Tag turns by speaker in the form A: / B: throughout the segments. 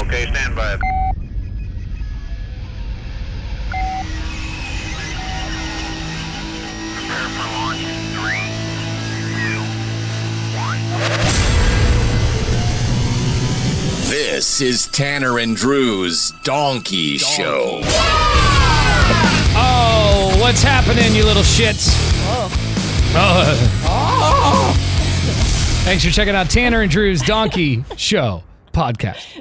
A: Okay, stand by. Prepare for launch. Three, two, one.
B: This is Tanner and Drew's Donkey, Show.
C: Oh, what's happening, you little shits? Oh. Thanks for checking out Tanner and Drew's Donkey Show podcast.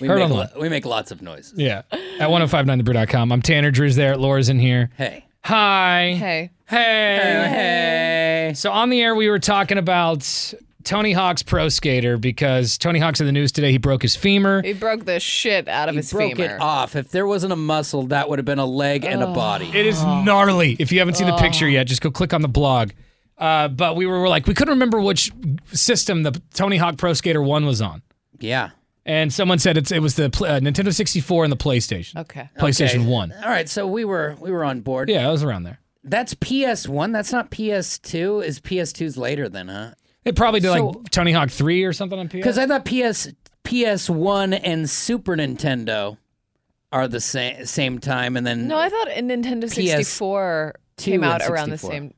D: We
C: Heard
D: make,
C: on
D: lo- we make lots of noises.
C: Yeah. At 1059thebrew.com. I'm Tanner, Drew's there. Laura's in here.
D: Hey.
C: Hi.
E: Hey.
C: Hey.
D: Hey.
C: So on the air, we were talking about Tony Hawk's pro skater because Tony Hawk's in the news today. He broke his femur.
E: He broke the shit out of his
D: Broke
E: femur.
D: it off. If there wasn't a muscle, that would have been a leg and a body.
C: It is gnarly. If you haven't seen the picture yet, just go click on the blog. Uh, but we were, like, we couldn't remember which system the Tony Hawk Pro Skater 1 was on.
D: Yeah.
C: And someone said it's, it was the pl- uh, Nintendo 64 and the PlayStation.
E: Okay.
C: PlayStation
D: Okay.
C: 1.
D: All right, so we were we were on board.
C: Yeah, it was around there.
D: That's PS1. That's not PS2. Is PS2's later then, huh?
C: It probably did
D: So-
C: like Tony Hawk 3 or something on PS.
D: Because I thought PS PS1 and Super Nintendo are the same same time, and then
E: No, I thought a Nintendo 64 came
D: and
E: out around the
D: 64.
E: same.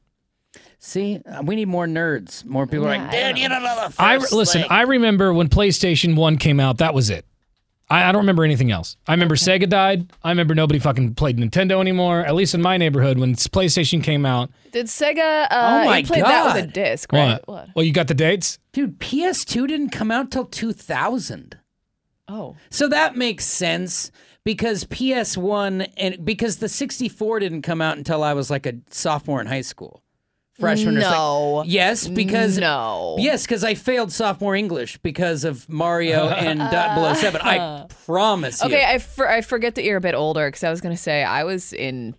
D: see, uh, we need more nerds. More people are
E: Yeah,
D: like,
E: I don't
D: dude, you don't know the first.
C: I listen.
D: thing."
C: I remember when PlayStation One came out. That was it. I, I don't remember anything else. I remember Sega died. I remember nobody fucking played Nintendo anymore. At least in my neighborhood, when s- PlayStation came out,
E: Did Sega? Uh,
D: Oh my
E: you played that with a
D: God.
E: disc, right?
C: What? Well, you got the dates.
D: dude, PS2 didn't come out till 2000.
E: Oh,
D: So that makes sense because PS1 and because the 64 didn't come out until I was like a sophomore in high school. Freshman or
E: No.
D: something. Yes, because
E: No.
D: Yes, because I failed sophomore English because of Mario and Dot Below Seven. I promise you.
E: okay. I, for, I forget that you're a bit older because I was gonna say I was in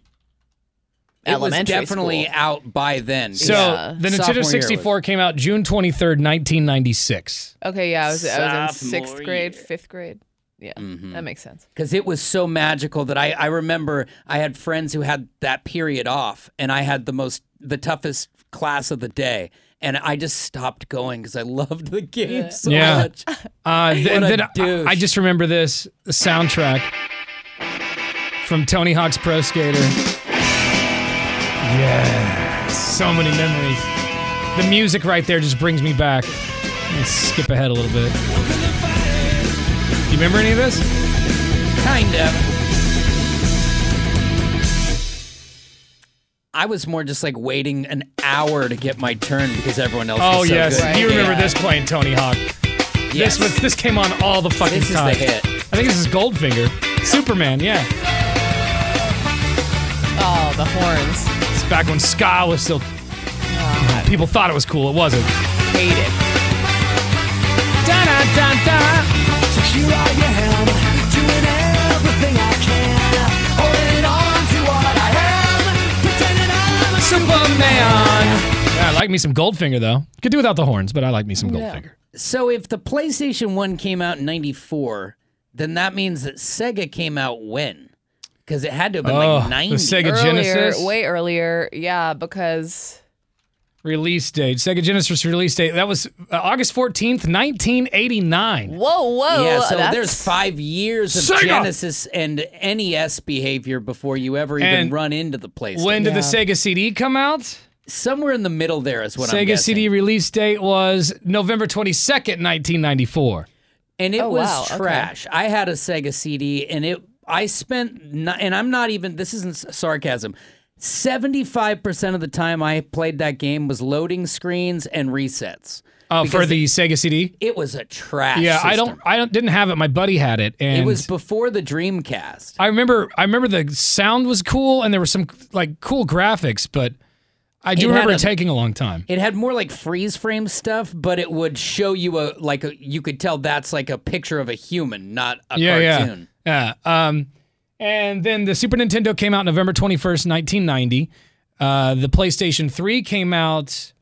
D: it was
E: elementary
D: definitely
E: school.
D: out by then.
C: So
E: Yeah.
C: the
D: Sophomore year
C: Nintendo
D: was-
C: 64 came out June 23rd, 1996.
E: Okay, yeah, I was, I was in sixth
D: Sophomore
E: grade,
D: year. Mm-hmm.
E: fifth grade. Yeah, that makes sense.
D: because it was so magical that I, I remember I had friends who had that period off, and I had the most the toughest class of the day, and I just stopped going because I loved the game so
C: Yeah.
D: much.
C: Uh, th-
D: What a
C: then I-
D: douche.
C: I, just remember this the soundtrack from Tony Hawk's Pro Skater. Yeah, so many memories. The music right there just brings me back. Let's skip ahead a little bit. Do you remember any of this?
D: Kind of. I was more just like waiting an hour to get my turn because everyone else.
C: Oh
D: was so
C: yes,
D: good.
C: you remember
D: Yeah.
C: this playing Tony Hawk.
D: Yes.
C: This was this came on all the fucking
D: This is the
C: time.
D: hit.
C: I think this is Goldfinger. Superman, yeah.
E: Oh, the horns.
C: It's back when ska was still. People thought it was cool. It wasn't.
E: Hate it.
C: Dun, dun, dun, dun. Superman. Yeah, I like me some Goldfinger though. Could do without the horns, but I like me some Goldfinger.
D: So if the PlayStation 1 came out in 94, then that means that Sega came out when? Because it had to have been
C: Oh,
D: like 90.
C: the Sega
E: Earlier,
C: Genesis
E: way earlier. Yeah, because
C: release date. Sega Genesis release date. That was uh, August fourteenth, nineteen eighty nine.
E: whoa, whoa.
D: yeah, so
E: Oh, that's-
D: there's five years of
C: Sega!
D: Genesis and NES behavior before you ever even
C: And
D: run into the PlayStation.
C: When did the Sega CD come out?
D: Somewhere in the middle there is what I'm
C: Sega
D: guessing.
C: CD release date was November 22nd, 1994.
D: and it
E: Oh,
D: was
E: wow, okay.
D: trash. I had a Sega CD, and it I spent ni- and I'm not even this isn't s- sarcasm. Seventy five percent of the time I played that game was loading screens and resets.
C: Uh, for
D: Because
C: the Sega CD?
D: It was a trash.
C: Yeah, I
D: system.
C: don't I don't didn't have it. My buddy had it and
D: It was before the Dreamcast.
C: I remember I remember the sound was cool and there were some like cool graphics, but I do
D: It had
C: remember
D: a-
C: it taking a long time.
D: It had more like freeze frame stuff, but it would show you a like a, you could tell that's like a picture of a human, not a
C: yeah,
D: cartoon.
C: yeah, yeah. Um, and then the Super Nintendo came out November twenty first, nineteen ninety. Uh, the PlayStation Three came out.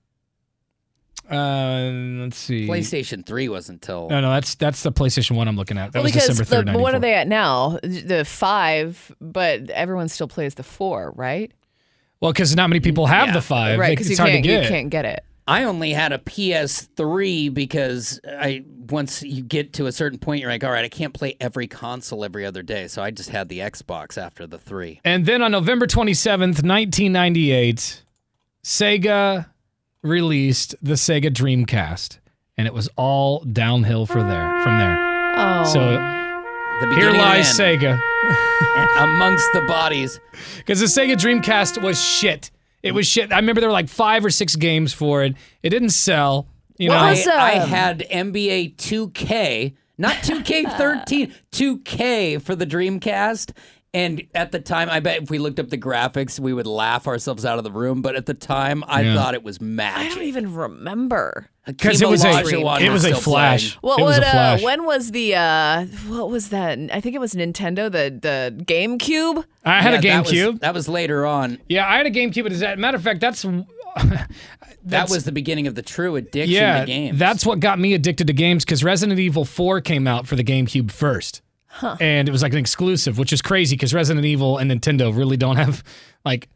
C: Uh, let's see.
D: PlayStation 3 wasn't until
C: no, no, that's that's the PlayStation One I'm looking at. That
E: Well,
C: was
E: because
C: December third.
E: the, what are they at now? The five, but everyone still plays the four, right?
C: Well, because not many people have the five.
E: right,
C: They-
E: because
C: it's
E: you
C: hard
E: can't
C: to get.
E: you can't get it.
D: I only had a PS3 because I once you get to a certain point, you're like, all right, I can't play every console every other day, so I just had the Xbox after the three.
C: And then on November 27th, 1998, Sega released the Sega Dreamcast, and it was all downhill for there from there.
E: Oh,
C: So
D: The
C: here
D: beginning
C: lies
D: and end,
C: Sega,
D: amongst the bodies.
C: because the Sega Dreamcast was shit. It was shit. I remember there were like five or six games for it. It didn't sell. You know,
E: What uh,
D: I,
E: Awesome.
D: I had NBA 2K, not 2K13, 2K for the Dreamcast. And at the time, I bet if we looked up the graphics, we would laugh ourselves out of the room. But at the time, I
C: Yeah.
D: thought it was
E: I
D: magic.
E: don't even remember.
C: because it was a
D: Olajuwon
C: it was a
D: still
C: flash.
D: playing.
E: What
C: it was
E: would
C: a flash.
E: uh when was the uh what was that? I think it was Nintendo, the the GameCube.
C: I had
D: Yeah,
C: a GameCube.
D: That was, that was later on.
C: yeah, I had a GameCube. But as a matter of fact, that's
D: that was the beginning of the true addiction
C: yeah,
D: to games.
C: That's what got me addicted to games because Resident Evil 4 came out for the GameCube first. And it was like an exclusive, which is crazy because Resident Evil and Nintendo really don't have like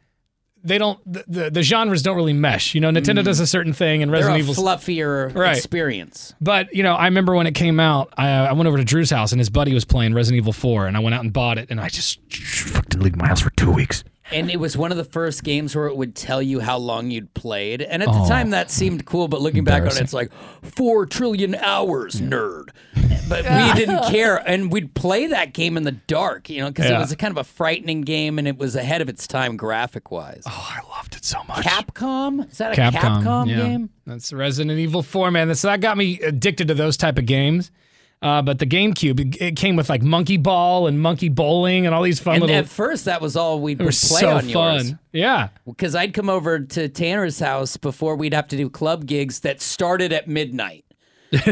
C: they don't the, the, the genres don't really mesh. You know, Nintendo does a certain thing and
D: Mm. they're
C: Resident
D: a
C: Evil
D: fluffier
C: Right.
D: experience.
C: but you know, I remember when it came out, I, I went over to Drew's house and his buddy was playing Resident Evil 4 and I went out and bought it and I just fucking leave my house for 2 weeks.
D: And it was one of the first games where it would tell you how long you'd played. And at
C: Oh.
D: the time, that seemed cool. But looking back on it, it's like four trillion hours, nerd. But we didn't care, and we'd play that game in the dark, you know, because
C: Yeah.
D: it was a kind of a frightening game, and it was ahead of its time graphic-wise.
C: Oh, I loved it so much.
D: Capcom is that a
C: Capcom,
D: Capcom,
C: yeah.
D: game?
C: That's Resident Evil 4, man. That's, that got me addicted to those type of games. Uh, but the GameCube, it, it came with like Monkey Ball and Monkey Bowling and all these fun
D: And
C: little.
D: at first, that was all we
C: they were
D: would play
C: so
D: on yours.
C: fun. Yeah.
D: because I'd come over to Tanner's house before we'd have to do club gigs that started at midnight.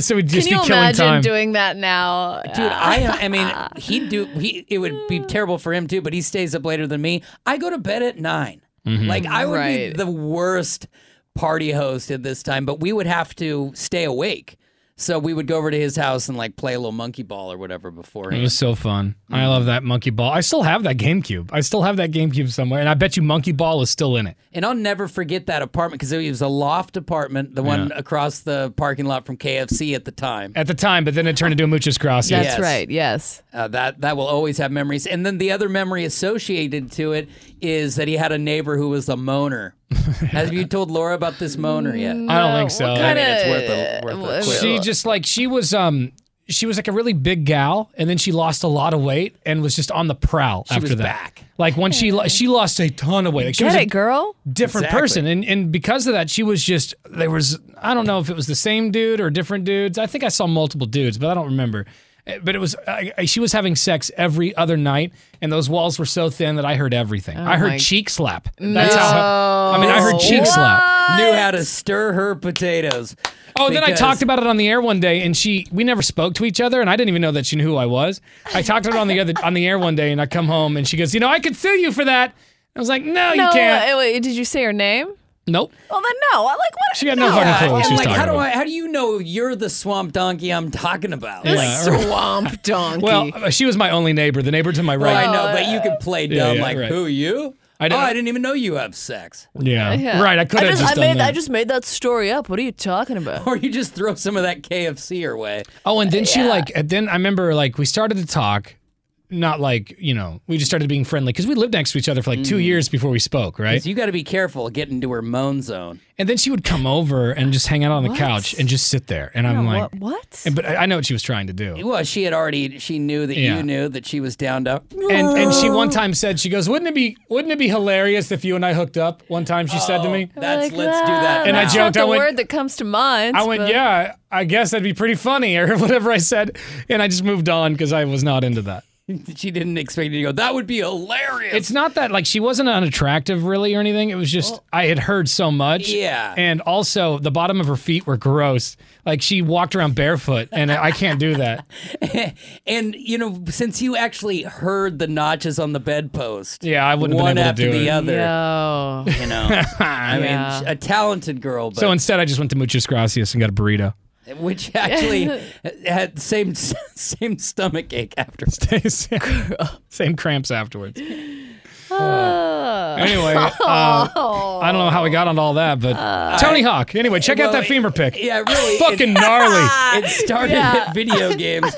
C: so we'd
E: Can
C: just
E: you
C: be killing
E: imagine
C: time.
E: doing that now?
D: Dude, I I mean, he'd do he it would be terrible for him too, but he stays up later than me. I go to bed at 9. Like I would
E: Right.
D: be the worst party host at this time, but we would have to stay awake. So we would go over to his house and like play a little monkey ball or whatever before.
C: it was so fun.
D: Mm-hmm.
C: I love that Monkey Ball. I still have that GameCube. I still have that GameCube somewhere, and I bet you Monkey Ball is still in it.
D: And I'll never forget that apartment because it was a loft apartment, the one across the parking lot from KFC at the time.
C: At the time, but then it turned into a Muchas Gracias.
E: That's
D: yes.
E: right. Yes.
D: Uh, that that will always have memories. And then the other memory associated to it is that he had a neighbor who was a moaner. Have you told Laura about this moaner yet?
C: I don't think so.
D: I mean, it's worth a- worth a quick-
C: she just like she was um she was like a really big gal and then she lost a lot of weight and was just on the prowl after
D: was
C: that
D: back.
C: like when she lo- she lost a ton of weight like she was
E: Get
C: a
E: it, girl.
C: different
D: Exactly.
C: person and and because of that she was just there was i don't know if it was the same dude or different dudes i think i saw multiple dudes but i don't remember Uh, but it was I, I- she was having sex every other night and those walls were so thin that i heard everything i heard
E: Oh my-
C: cheek slap that's how i mean i heard cheek
E: What?
C: slap
D: Knew how to stir her potatoes.
C: Oh, then I
D: Because-
C: talked about it on the air one day, and she we never spoke to each other, and I didn't even know that she knew who I was. I talked about it on the other on the air one day, and I come home, and she goes, "You know, I could sue you for that." I was like, "No, you
E: No,
C: can't."
E: uh, wait, did you say her name?
C: nope.
E: Well, then no. I- Like what?
C: She had no fucking clue what
D: I'm
C: she was
D: like,
C: talking
D: how do
C: about.
D: I? How do you know you're the swamp donkey I'm talking about?
C: Yeah.
D: Like,
E: Swamp donkey.
C: well, she was my only neighbor, the neighbor to my
D: well,
E: Oh,
C: right.
D: I know, but you could play dumb.
C: Yeah, yeah,
D: like,
C: right.
D: who you?
C: I
D: oh,
C: didn't-
D: I didn't even know you have sex.
C: yeah.
E: Yeah.
C: right. I could
E: I
C: have
E: just,
C: just,
E: I
C: done
E: made
C: that.
E: I just made that story up. What are you talking about?
D: Or you just throw some of that KFC your way.
C: Oh, and then she like, and then I remember like we started to talk, not like you know, we just started being friendly because we lived next to each other for like two
E: Mm.
C: years before we spoke, right?
D: So you got to be careful getting into her moan zone.
C: and then she would come over and just hang out on the couch and just sit there, and I'm like,
E: what? what?
C: Oh And, but I I know what she was trying to do.
D: Well, she had already. She knew that
C: Yeah.
D: you knew that she was down to.
C: And and she one time said, she goes, wouldn't it be wouldn't it be hilarious if you and I hooked up? One time she said to me,
D: Oh, That's
E: Like
D: let's do that.
C: And I
E: That's
C: ju-
D: now.
C: joked,
E: Not the
C: I went-
E: word that comes to mind.
C: I went,
E: but-
C: yeah, I guess that'd be pretty funny or whatever I said, and I just moved on because I was not into that.
D: she didn't expect you to go. That would be hilarious.
C: It's not that like she wasn't unattractive really or anything. It was just I had heard so much.
D: Yeah.
C: And also the bottom of her feet were gross. Like she walked around barefoot and I I can't do that.
D: and you know, since you actually heard the notches on the bedpost,
C: Yeah, I wouldn't have been
D: one
C: able to
D: after
C: do
D: the
C: it.
D: other.
E: No.
D: You know, I
E: Yeah.
D: mean, a talented girl, but
C: So instead I just went to Muchas Gracias and got a burrito.
D: which actually had same same stomach ache after.
C: Same- Same cramps afterwards.
D: Ah.
C: Anyway, uh, I don't know how we got on all that, but Tony Hawk. Anyway, check out
D: well,
C: that femur pick.
D: Yeah, really.
C: Fucking
D: It,
C: gnarly.
D: it started at video games.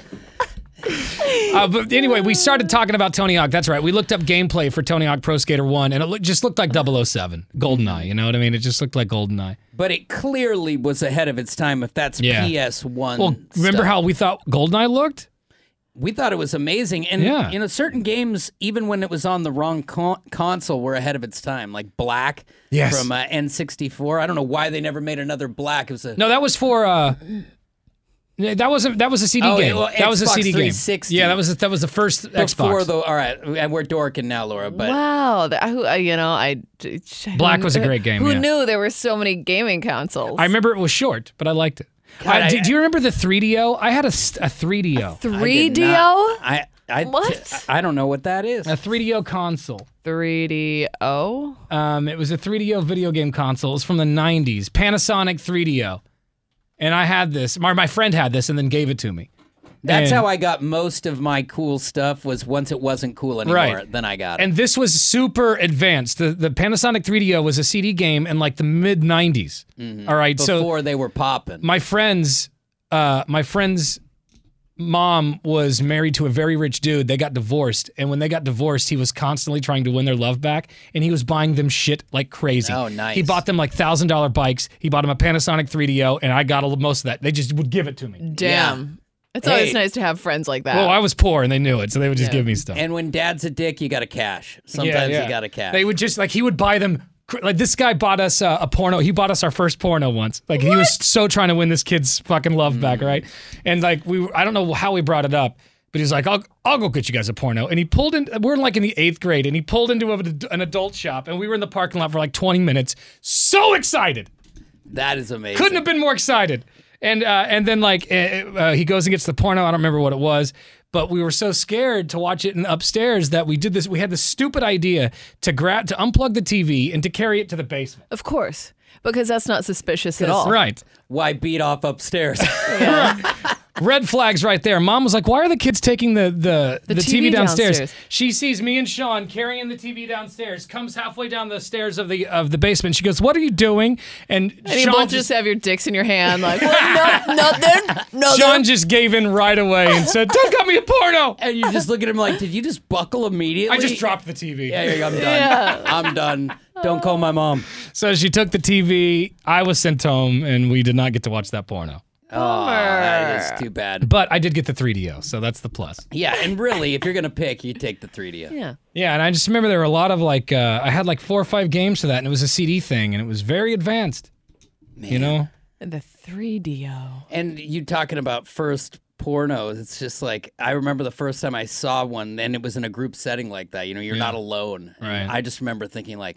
C: Uh, but anyway, we started talking about Tony Hawk. That's right. We looked up gameplay for Tony Hawk Pro Skater 1, and it look, just looked like 007, GoldenEye. You know what I mean? It just looked like GoldenEye.
D: But it clearly was ahead of its time. If that's
C: Yeah.
D: PS1,
C: Well, remember
D: stuff.
C: how we thought GoldenEye looked?
D: we thought it was amazing? And
C: Yeah.
D: you know, certain games, even when it was on the wrong con- console, were ahead of its time. Like Black
C: Yes.
D: from uh, N64. I don't know why they never made another Black. It was a
C: No, that was for. uh that wasn't. That was a CD
D: Oh,
C: game.
D: well,
C: that was a
D: Xbox
C: CD game.
D: 360.
C: Yeah, that was that was the first
D: before
C: Xbox.
D: the. All right, and we're dorking now, Laura. But
E: wow. That, who, uh, you know, I. d- who
C: Black was a
E: kn-
C: great game,
E: Who
C: yeah.
E: knew there were so many gaming consoles?
C: I remember it was short, but I liked it.
D: God,
C: I-
D: I-
C: do, do you remember the 3DO? I had a, s- a 3DO.
D: I did
E: 3DO?
D: not- I I
E: What?
D: I don't know what that is.
C: A 3DO console.
E: 3DO?
C: Um, it was a 3DO video game console. It was from the 90s, Panasonic 3DO. And I had this, my, my friend had this and then gave it to me.
D: That's
C: And-
D: how I got most of my cool stuff. Was once it wasn't cool anymore,
C: Right.
D: then I got it.
C: And this was super advanced. The, the Panasonic 3DO was a CD game in like the mid 90s. All right. so
D: Mm-hmm. before they were popping.
C: my friend's uh my friend's mom was married to a very rich dude they got divorced and when they got divorced he was constantly trying to win their love back and he was buying them shit like crazy
D: Oh, nice.
C: he bought them like thousand dollar bikes he bought them a panasonic 3do and i got a, most of that they just would give it to me
E: Damn. It's always
D: Hey.
E: nice to have friends like that.
C: well i was poor and they knew it so they would just give me stuff
D: And when dad's a dick, you got to cash.
C: Yeah,
D: Sometimes
C: yeah.
D: you got to cash.
C: they would just like he would buy them cr- like this guy bought us uh, a porno. He bought us our first porno once. Like he was so trying to win this kid's fucking love back,
D: Mm.
C: right? And like we, were- I don't know how we brought it up, but he's like, "I'll, I'll go get you guys a porno." And he pulled in. We're in like in the eighth grade, and he pulled into a, an adult shop, and we were in the parking lot for like 20 minutes. So excited,
D: that is amazing.
C: couldn't have been more excited. And uh, and then like uh, uh, he goes and gets the porno. I don't remember what it was, but we were so scared to watch it in upstairs that we did this. We had this stupid idea to grab to unplug the TV and to carry it to the basement.
E: of course. Because that's not suspicious at all.
C: Right.
D: Why beat off upstairs?
C: Red flags right there. Mom was like, "Why are the kids taking the the, the, TV,
E: TV
C: downstairs?
E: downstairs.
C: She sees me and Sean carrying the TV downstairs. Comes halfway down the stairs of the of the basement. She goes, "What are you doing?" And,
E: And you
C: Sean
E: both just have your dicks in your hand, like, well, no, nothing, nothing.
C: Sean just gave in right away and said, "Don't got me a porno."
D: and you just look at him like, did you just buckle immediately?
C: I just dropped the TV.
D: Yeah, yeah, I'm done.
E: Yeah.
D: I'm done. Don't call my mom.
C: So she took the TV. I was sent home, and we did not get to watch that porno.
D: Ah, That is too bad.
C: But I did get the 3DO, so that's the plus.
D: Yeah, and really, if you're gonna pick, you take the 3D.
E: yeah.
C: Yeah, and I just remember there were a lot of like uh, I had like four or five games to that, and it was a CD thing, and it was very advanced. You know,
E: And the 3DO.
D: And you talking about first pornos? It's just like I remember the first time I saw one, and it was in a group setting like that. You know, you're not alone.
C: Right.
D: I just remember thinking like,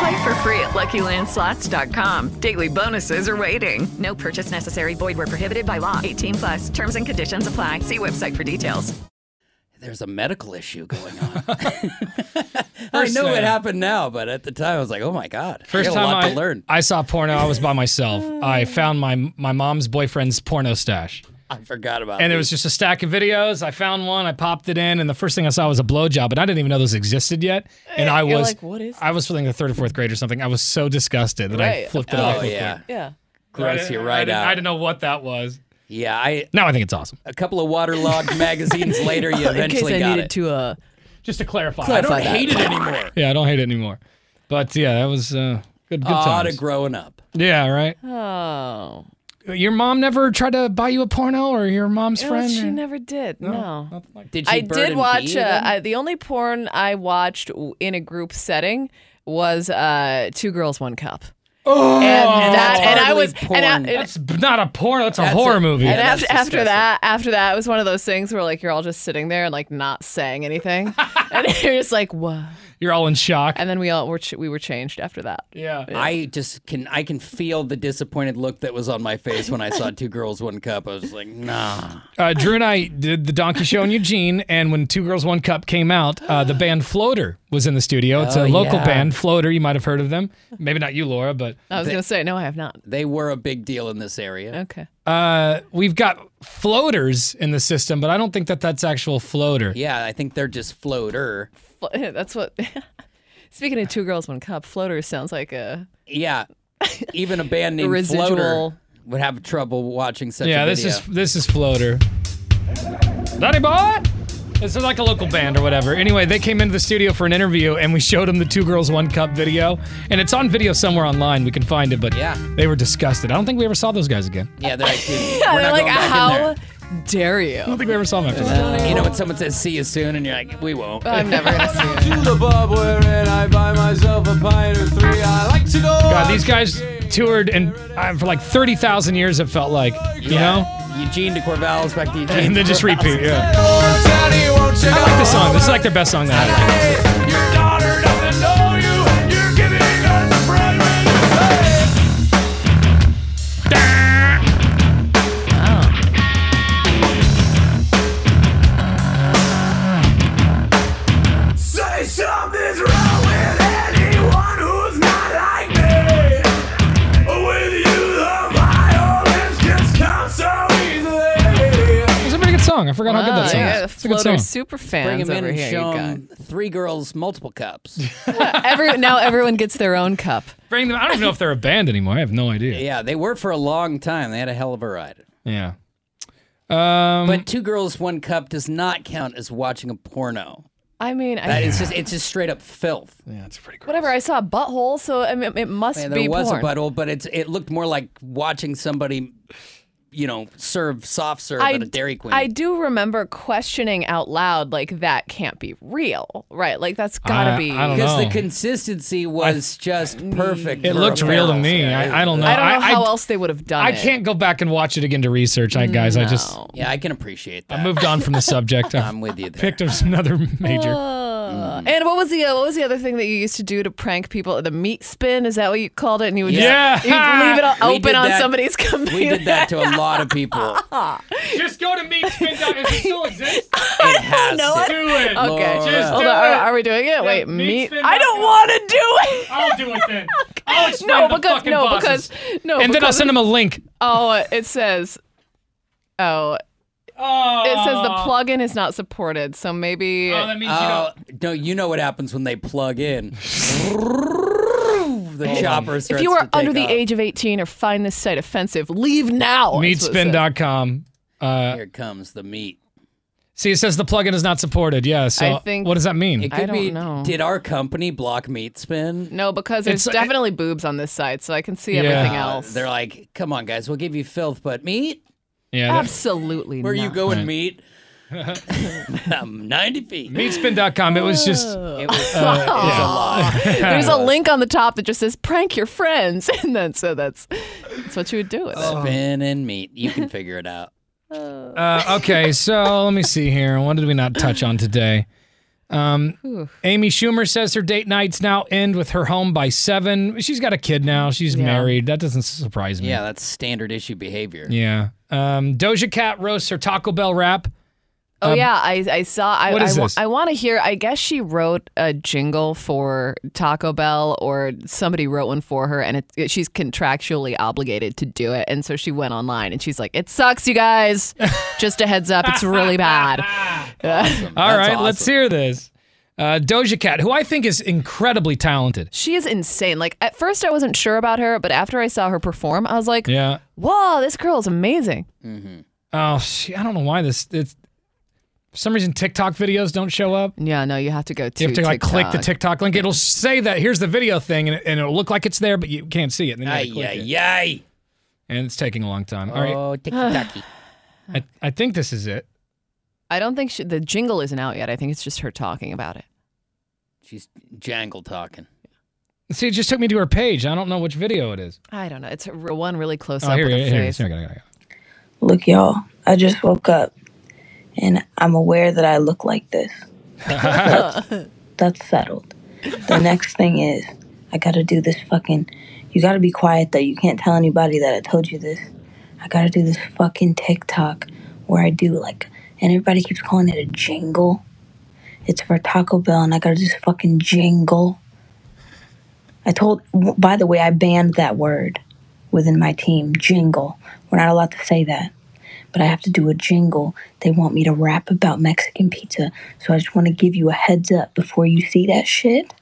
F: Play for free at LuckyLandSlots.com. Daily bonuses are waiting. No purchase necessary. Void were prohibited by law. 18 plus. Terms and conditions apply. See website for details.
D: there's a medical issue going on. I
C: First
D: know
C: thing.
D: it happened now, but at the time I was like, oh my god,
C: first
D: I got
C: time
D: a lot
C: I
D: to learn.
C: I saw porno, I was by myself. I found my my mom's boyfriend's porno stash.
D: I forgot about.
C: And
D: it
C: there was just a stack of videos. I found one. I popped it in, and the first thing I saw was a blowjob, and I didn't even know those existed yet. And I
E: Eh, you're
C: was,
E: like, "What is
C: I was feeling the third or fourth grade or something. I was so disgusted that I
E: Right,
C: flipped it
D: Oh
C: off. real
D: yeah,
E: Yeah.
C: quick.
D: gross you
C: I
D: right
C: didn't- I
D: out.
C: didn't know what that was.
D: Yeah, I
C: Now I think it's awesome.
D: a couple of waterlogged magazines later, you
E: In case
D: eventually
E: I
D: got
E: needed
D: it.
E: to, uh,
C: Just to clarify,
D: I
E: Clarify.
C: I
D: don't
E: that.
D: hate it anymore.
C: don't, yeah, I don't hate it anymore. But yeah, that was uh, good. Good
D: Odd
C: times.
D: of growing up.
C: yeah, right.
E: oh.
C: Your mom never tried to buy you a porno or your mom's
E: No,
C: friend?
E: she
C: or-
E: never did.
C: No,
E: No.
C: nothing like-
D: Did
E: I
D: she bird
E: did
D: and
E: watch
D: bee
E: uh,
D: them?
E: I, the only porn I watched w- in a group setting was uh, Two Girls One Cup.
C: Oh,
E: and that and I
D: hardly
E: was and, I,
D: porn.
E: and-
C: That's b- not a porno. That's a
D: That's
C: horror
D: a-
C: movie.
E: and
D: Yeah,
E: after,
D: that's
E: after
D: disgusting.
E: that after that it was one of those things where like you're all just sitting there and like not saying anything and you're just like what
C: You're all in shock.
E: and then we all were ch- we were changed after that
C: Yeah.
D: I just can I can feel the disappointed look that was on my face when I saw two girls, one cup. I was like, nah.
C: Uh, Drew and I did the Donkey Show in Eugene, and when Two Girls One Cup came out, uh, the band Floater was in the studio. It's
D: Oh,
C: a local
D: yeah.
C: band, Floater. You might have heard of them. Maybe not you, Laura, but
E: I was gonna say no I have not
D: They were a big deal in this area.
E: okay
C: uh, we've got floaters in the system, but I don't think that that's actual floater.
D: Yeah, I think they're just floater.
E: Flo- that's what speaking of two girls one cup floater sounds like a
D: Yeah. Even a band named
E: Residual.
D: Floater would have trouble watching such
C: Yeah,
D: a
C: this
D: video.
C: is this is floater. Donny boy. This is like a local band or whatever. Anyway, they came into the studio for an interview, and we showed them the Two Girls One Cup video, and it's on video somewhere online. We can find it, but
D: Yeah.
C: they were disgusted. I don't think we ever saw those guys again. I
D: Yeah, they're like, dude, we're
E: They're
D: not
E: like
D: going back in
E: how
D: there.
E: dare you
C: don't think we ever saw them after that.
D: You know when someone says "see you soon" and you're like, "We won't."
E: I'm never gonna see it
D: to the pub where I buy myself a pint or three. I like to go.
C: God, these guys toured and uh, for like thirty thousand years. It felt like, you know,
D: Eugene de Corvallis back to Eugene.
C: and
D: de
C: then just
D: Corvallis.
C: repeat. Yeah. I like this song. This is like their best song. That I like.
A: Say something's wrong with anyone who's not like me. With you, the violence just comes so easily.
C: It's a pretty good song. I forgot how good
E: Wow,
C: that song
E: you
C: is.
E: got
C: It's a good song.
E: floater super
D: Bring
E: fans
D: him in
E: over
D: and
E: here you
D: show
E: guys.
D: him three girls, multiple cups.
E: Every, now everyone gets their own cup.
C: Bring them. I don't even know if they're a band anymore. I have no idea.
D: yeah, they were for a long time. They had a hell of a ride.
C: Yeah. Um,
D: But two girls, one cup does not count as watching a porno.
E: I mean, I,
D: That is just it's just straight up filth.
C: yeah, it's pretty cool.
E: whatever. I saw a butthole, so I mean, it must
D: Yeah,
E: be
D: there was a
E: porn.
D: butthole, but it's it looked more like watching somebody, you know, serve soft serve
E: I,
D: at a Dairy Queen.
E: I do remember questioning out loud, like that can't be real, right? Like that's gotta
C: I-
E: be.
C: I don't know.
D: because
C: Oh. Mm.
D: the consistency was just perfect.
C: It
D: for a
C: looked real to
D: feral.
C: me. I, I don't know.
E: I don't know how else they would have done
C: I
E: it.
C: can't go back and watch it again to research. I guys, I just
E: No.
D: Yeah, I can appreciate that.
C: I moved on from the subject. I
D: I'm with you there.
C: picked up another major.
E: Uh, And what was the uh, what was the other thing that you used to do to prank people? The meat spin is that what you called it? And you would
C: Yeah.
E: just, you'd leave it all
D: We
E: open
D: did
E: on
D: that-
E: somebody's computer.
D: We did that to a lot of people.
C: Just go to meatspin.com. If it still exists,
D: It has
E: know
D: to.
C: it.
E: Okay,
D: Laura.
C: Just
E: Hold
C: do
E: on, are,
C: it.
E: are we doing it? Wait,
C: meat
E: meat.
C: spin
E: I don't
C: back
E: want to do it.
C: I'll do it then. I'll explain
E: No,
C: the
E: because
C: fucking
E: no,
C: bosses.
E: because no,
C: and then I'll
E: because
C: send them a link.
E: Oh, it says. Oh,
C: Oh,
E: it says the plugin is not supported. So maybe.
C: Oh, that means you
D: Oh
C: don't.
D: no, you know what happens when they plug in.
C: Oh.
D: the chopper starts
E: if you
D: to
E: are
D: take
E: under the
D: off.
E: age of 18 or find this site offensive, leave now. is what it says.
C: Meatspin.com. Uh,
D: Here comes the meat.
C: see, it says the plugin is not supported. Yeah. So
E: I think-
C: what does that mean?
D: It
E: I
D: could
E: don't
D: be,
E: know.
D: Did our company block meat spin?
E: No, because there's
C: It's-
E: definitely boobs on this site, so I can see
C: Yeah.
E: everything
D: Uh,
E: else.
D: They're like, come on, guys, we'll give you filth, but meat?
C: yeah. that-
E: Absolutely
D: Where are you
E: not.
D: going, meat? I'm 90 feet.
C: Meatspin.com. It was just.
D: It was,
C: Oh.
E: There's a link on the top that just says prank your friends, and then so that's that's what you would do with it.
D: spin and meat. You can figure it out.
C: Uh, okay, so let me see here. What did we not touch on today? Um, Amy Schumer says her date nights now end with her home by seven. She's got a kid now. She's married. That doesn't surprise me.
D: Yeah, that's standard issue behavior.
C: Yeah. Um, Doja Cat roasts her Taco Bell wrap.
E: Oh yeah, I I saw. I
C: Um, what is
E: I, wa-
C: this?
E: I want to hear. I guess she wrote a jingle for Taco Bell, or somebody wrote one for her, and it, it- she's contractually obligated to do it. And so she went online and she's like, "It sucks, you guys. Just a heads up, it's really bad."
C: All right, let's hear this. Uh, Doja Cat, who I think is incredibly talented.
E: She is insane. Like at first, I wasn't sure about her, but after I saw her perform, I was like,
C: Yeah.
E: "Whoa, this girl is amazing."
C: Oh, she, I don't know why this. It's, for some reason, TikTok videos don't show up.
E: Yeah, no, you have to go to.
C: You have to like click the
E: TikTok.
C: TikTok link. It'll say that here's the video thing, and, it, and it'll look like it's there, but you can't see it. And then you
D: Ay,
C: have to click
D: ay,
C: it.
D: ay.
C: and it's taking a long time. All right.
D: Oh,
E: ticky-tacky.
C: I, I think this is it.
E: I don't think she, the jingle isn't out yet. I think it's just her talking about it.
D: She's jangle talking.
C: See, it just took me to her page. I don't know which video it is.
E: I don't know. It's a r- one really close
C: Oh,
E: up
C: here,
E: with
C: here,
E: the
C: here,
E: face.
C: here, here, here.
G: Look, y'all, I just woke up and I'm aware that I look like this. that's, that's settled. The next thing is, I gotta do this fucking. You gotta be quiet though. You can't tell anybody that I told you this. I gotta do this fucking TikTok where I do like, and everybody keeps calling it a jingle. It's for Taco Bell, and I gotta do this fucking jingle. I told, by the way, I banned that word within my team jingle. We're not allowed to say that. But I have to do a jingle. They want me to rap about Mexican pizza. So I just want to give you a heads up before you see that shit.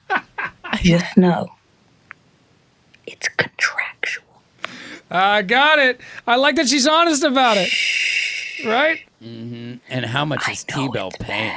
G: just know.
C: I got it. I like that she's honest about it. Right?
D: Mm-hmm. And how much is T Bell paying?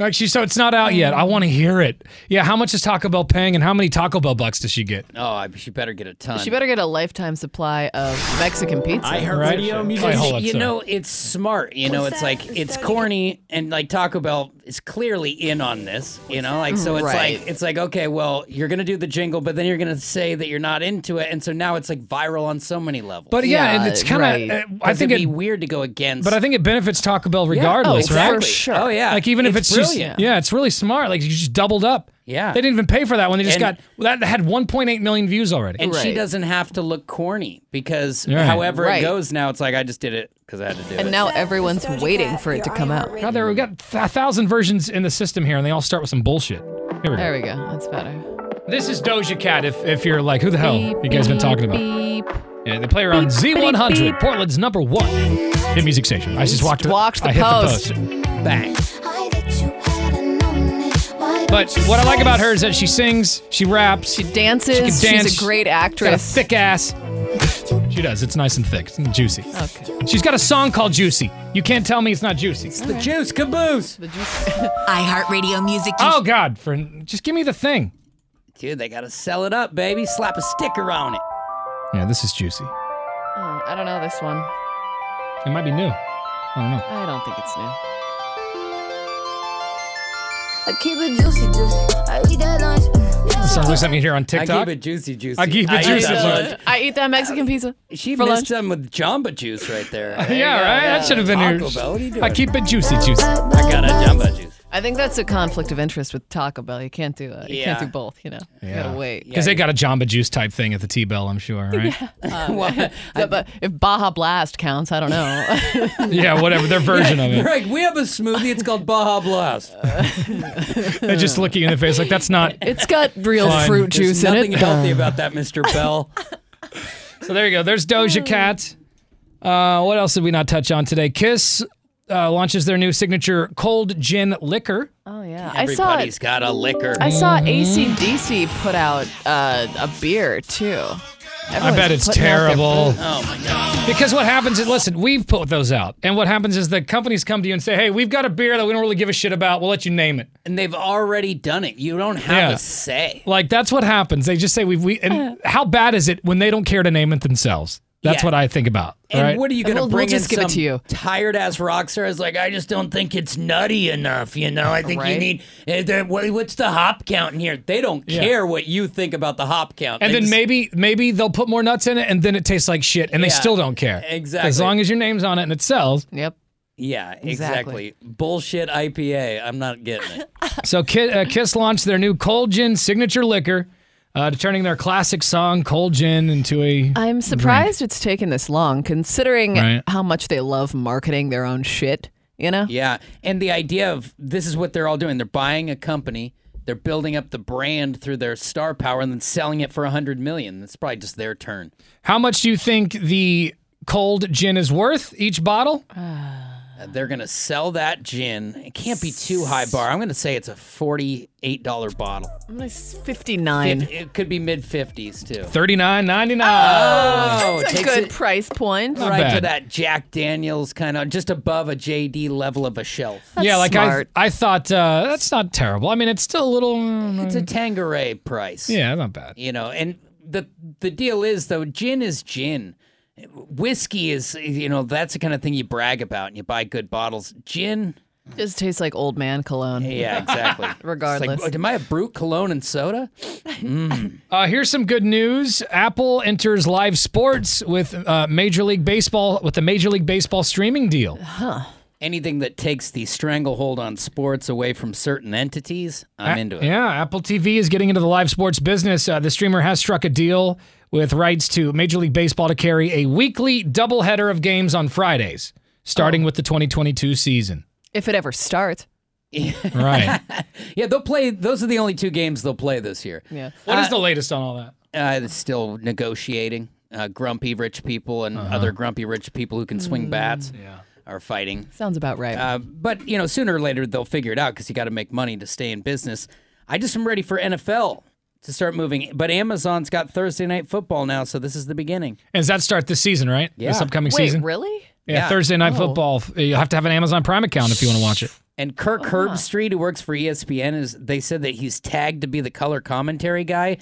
C: Like she so it's not out yet. I want to hear it. Yeah, how much is Taco Bell paying and how many Taco Bell bucks does she get?
D: Oh, I, she better get a ton.
E: She better get a lifetime supply of Mexican pizza.
D: It's- you know, it's smart. You know, it's like it's corny, and like Taco Bell is clearly in on this. You know, like so, it's
E: Right.
D: like it's like okay, well, you're gonna do the jingle, but then you're gonna say that you're not into it, and so now it's like viral on so many levels.
C: But yeah, and it's kind of. I think
D: it'd be
C: it.
D: weird to go against.
C: But I think it benefits Taco Bell regardless,
D: Oh,
C: right?
D: exactly. Oh, yeah.
C: Like even if
D: It's
C: it's
D: brilliant.
C: just yeah, it's really smart. Like you just doubled up.
D: Yeah.
C: They didn't even pay for that one. They just
D: And-
C: got well, that had 1.8 million views already.
D: and she doesn't have to look corny because
C: Right.
D: however
E: Right.
D: it goes now, it's like I just did it because I had to do it.
E: And now everyone's waiting for it to come out.
C: God, there we got th- a thousand versions in the system here, and they all start with some bullshit. Here we go.
E: There we go. That's better.
C: This is Doja Cat. If if you're like, who the hell you guys been talking about?
E: Beep.
C: Yeah, they play her on
E: Beep, beep,
C: Z100,
E: beep.
C: Portland's number one hit music station. I just walked the,
E: Walked the
C: I hit
E: post.
C: the post. Bang. But what I like about her is that she sings, she raps, she
E: dances.
C: can
E: She's a
C: dance.
E: great
C: She's got a
E: actress.
C: thick ass. She does. It's nice and thick, and juicy. Okay. She's got a song called "Juicy." You can't tell me it's not juicy. It's
D: the juice caboose.
H: iHeartRadio music.
C: Oh God! For just give me the thing.
D: Dude, they gotta sell it up, baby. Slap a sticker on it.
C: Yeah, this is juicy.
E: Oh, I don't know this one.
C: It might be new. I don't know.
E: I don't think it's new.
H: I keep it juicy, juicy. I eat that lunch.
C: It sounds like something you hear on TikTok.
D: I keep it juicy, juicy.
C: I keep it
D: eat
C: juicy,
D: that
C: juicy.
D: lunch.
E: I eat that Mexican pizza
D: She
E: for
D: missed
E: lunch.
D: them with Jamba Juice right there.
C: Yeah, right. That should have been
D: uh, Taco
C: yours.
D: Bell, what are you doing?
C: I keep it juicy, juicy.
D: I got a Jamba Juice.
E: I think that's a conflict of interest with Taco Bell. You can't do uh, you
D: Yeah.
E: can't do both. You know, you
C: Yeah.
E: gotta wait.
C: Because they got a Jamba Juice type thing at the T Bell, I'm sure, right?
E: Um, but- but if Baja Blast counts, I don't know.
C: Yeah, whatever their version of it.
D: Greg, we have a smoothie. It's called Baja Blast.
C: They just look at you in the face like that's not.
E: it's got real
C: Fine.
E: fruit
D: There's
E: juice in it.
D: nothing healthy
C: Uh.
D: about that, Mr. Bell.
C: So there you go. There's Doja Cat. Uh, what else did we not touch on today? Kiss uh, launches their new signature cold gin liquor.
E: Oh yeah, I saw.
D: Everybody's got a liquor.
E: I saw ACDC put out uh, a beer too.
C: I bet
E: Everyone's
C: it's
E: putting out their
C: terrible.
E: food.
D: Oh my god.
C: Because what happens is, listen, we've put those out, and what happens is the companies come to you and say, "Hey, we've got a beer that we don't really give a shit about. We'll let you name it."
D: And they've already done it. You don't have
C: Yeah.
D: a say.
C: Like that's what happens. They just say we we and how bad is it when they don't care to name it themselves? That's
D: Yeah.
C: what I think about.
D: And
C: right?
D: what are you going to
E: We'll- we'll
D: bring
E: just
D: in
E: give it
D: some
E: to you.
D: tired ass rock star is like, I just don't think it's nutty enough. You know, I think you
E: Right.
D: need. eh, there- what- What's the hop count in here? They don't
C: Yeah.
D: care what you think about the hop count.
C: And
D: They
C: then
D: just-
C: maybe maybe they'll put more nuts in it, and then it tastes like shit, and they
D: Yeah,
C: still don't care.
D: exactly.
C: As long as your name's on it and it sells.
E: Yep.
D: Yeah,
E: Exactly.
D: exactly. Bullshit IPA. I'm not getting it.
C: So Ki- uh, Kiss launched their new Cold Gin signature liquor, uh, to turning their classic song Cold Gin into a.
E: I'm surprised it's taken this long, considering
C: Right.
E: how much they love marketing their own shit. You know,
D: Yeah. And the idea of this is what they're all doing. They're buying a company, they're building up the brand through their star power and then selling it for a hundred million. That's probably just their turn.
C: How much do you think the cold gin is worth each bottle?
D: Uh, They're gonna sell that gin. It can't be too high bar. I'm gonna say it's a forty-eight dollar bottle.
E: I'm gonna s- 59.
D: Fif- It could be mid fifties too.
C: Thirty nine ninety nine.
D: Oh,
E: That's a
D: takes
E: good
D: it
E: price point.
C: Not
D: right to
C: bad.
D: that Jack Daniels kind of just above a JD level of a shelf.
C: yeah, like
E: smart.
C: I I thought uh, that's not terrible. I mean, it's still a little. mm,
D: It's a Tangeray price.
C: Yeah, not bad.
D: you know, and the the deal is though, gin is gin. Whiskey is you know that's the kind of thing you brag about and you buy good bottles. Gin
E: just tastes like old man cologne.
D: Yeah, exactly. It's like,
E: Regardless.
D: "Oh, Am I a brute cologne and soda?
C: Uh, here's some good news. Apple enters live sports with uh, Major League Baseball with the Major League Baseball streaming deal.
D: Huh. Anything that takes the stranglehold on sports away from certain entities, I'm
C: A-
D: into it.
C: Uh, Yeah, Apple TV is getting into the live sports business. Uh, the streamer has struck a deal with rights to Major League Baseball to carry a weekly doubleheader of games on Fridays, starting
D: Oh.
C: with the 2022 season.
E: If it ever starts.
C: Right.
D: Uh, Yeah, they'll play. Those are the only two games they'll play this year.
E: Yeah.
C: What is the latest on all that?
D: Uh, it's still negotiating. Uh, grumpy rich people and other grumpy rich people who can swing
E: Mm.
D: bats are fighting.
E: Sounds about right.
D: Uh, but you know, sooner or later they'll figure it out because you got to make money to stay in business. I just am ready for NFL to start moving. But Amazon's got Thursday night football now, so this is the beginning.
C: And does that start this season, right? This upcoming season.
E: really?
C: Yeah, Thursday Night
D: Oh.
C: Football. You'll have to have an Amazon Prime account if you want to watch it.
D: And Kirk
E: Uh-huh.
D: Herbstreit, who works for E ESPN, is they said that he's tagged to be the color commentary guy.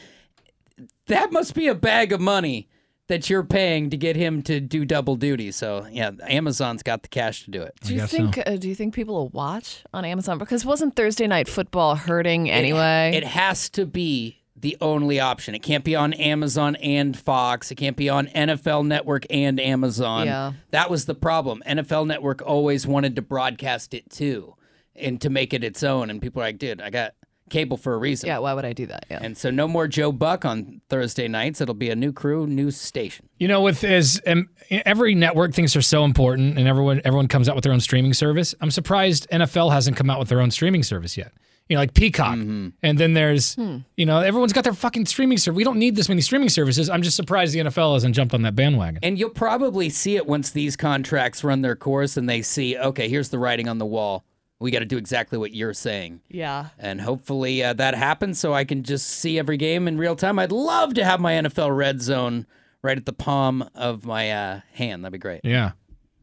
D: That must be a bag of money that you're paying to get him to do double duty. So yeah, Amazon's got the cash to do it.
E: Do you think? Uh, do you think people will watch on Amazon? Because wasn't Thursday night football hurting anyway?
D: It has to be the only option. It can't be on Amazon and Fox. It can't be on NFL Network and Amazon.
E: Yeah.
D: That was the problem. NFL Network always wanted to broadcast it too and to make it its own. And people are like, dude, I got cable for a reason. Yeah,
E: why would I do that? Yeah.
D: And so no more Joe Buck on Thursday nights. It'll be a new crew, new station.
C: You know, with as um, every network thinks they're so important, and everyone everyone comes out with their own streaming service. I'm surprised NFL hasn't come out with their own streaming service yet. You know, like Peacock, and then there's you know everyone's got their fucking streaming service. We don't need this many streaming services. I'm just surprised the NFL hasn't jumped on that bandwagon.
D: And you'll probably see it once these contracts run their course and they see, okay, here's the writing on the wall. We got to do exactly what you're saying.
E: yeah.
D: And hopefully uh, that happens so I can just see every game in real time. I'd love to have my NFL red zone right at the palm of my uh, hand. That'd be great.
C: Yeah,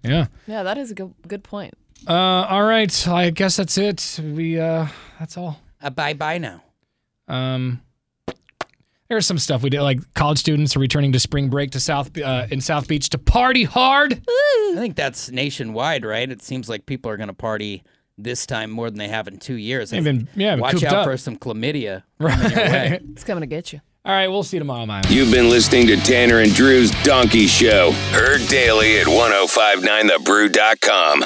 C: yeah.
E: Yeah, that is a good, good point.
C: Uh, all right, I guess that's it. We uh, that's all.
D: Uh, bye bye now.
C: Um, there's some stuff we did, like college students are returning to spring break to South uh, in South Beach to party hard.
D: I think that's nationwide, right? It seems like people are going to party this time more than they have in two years.
C: They've been- yeah, been
D: Watch
C: cooped
D: out
C: up.
D: for some chlamydia.
E: It's coming to get you.
C: All right, we'll see you tomorrow, Maya.
B: You've been listening to Tanner and Drew's Donkey Show. Heard daily at 1059thebrew.com.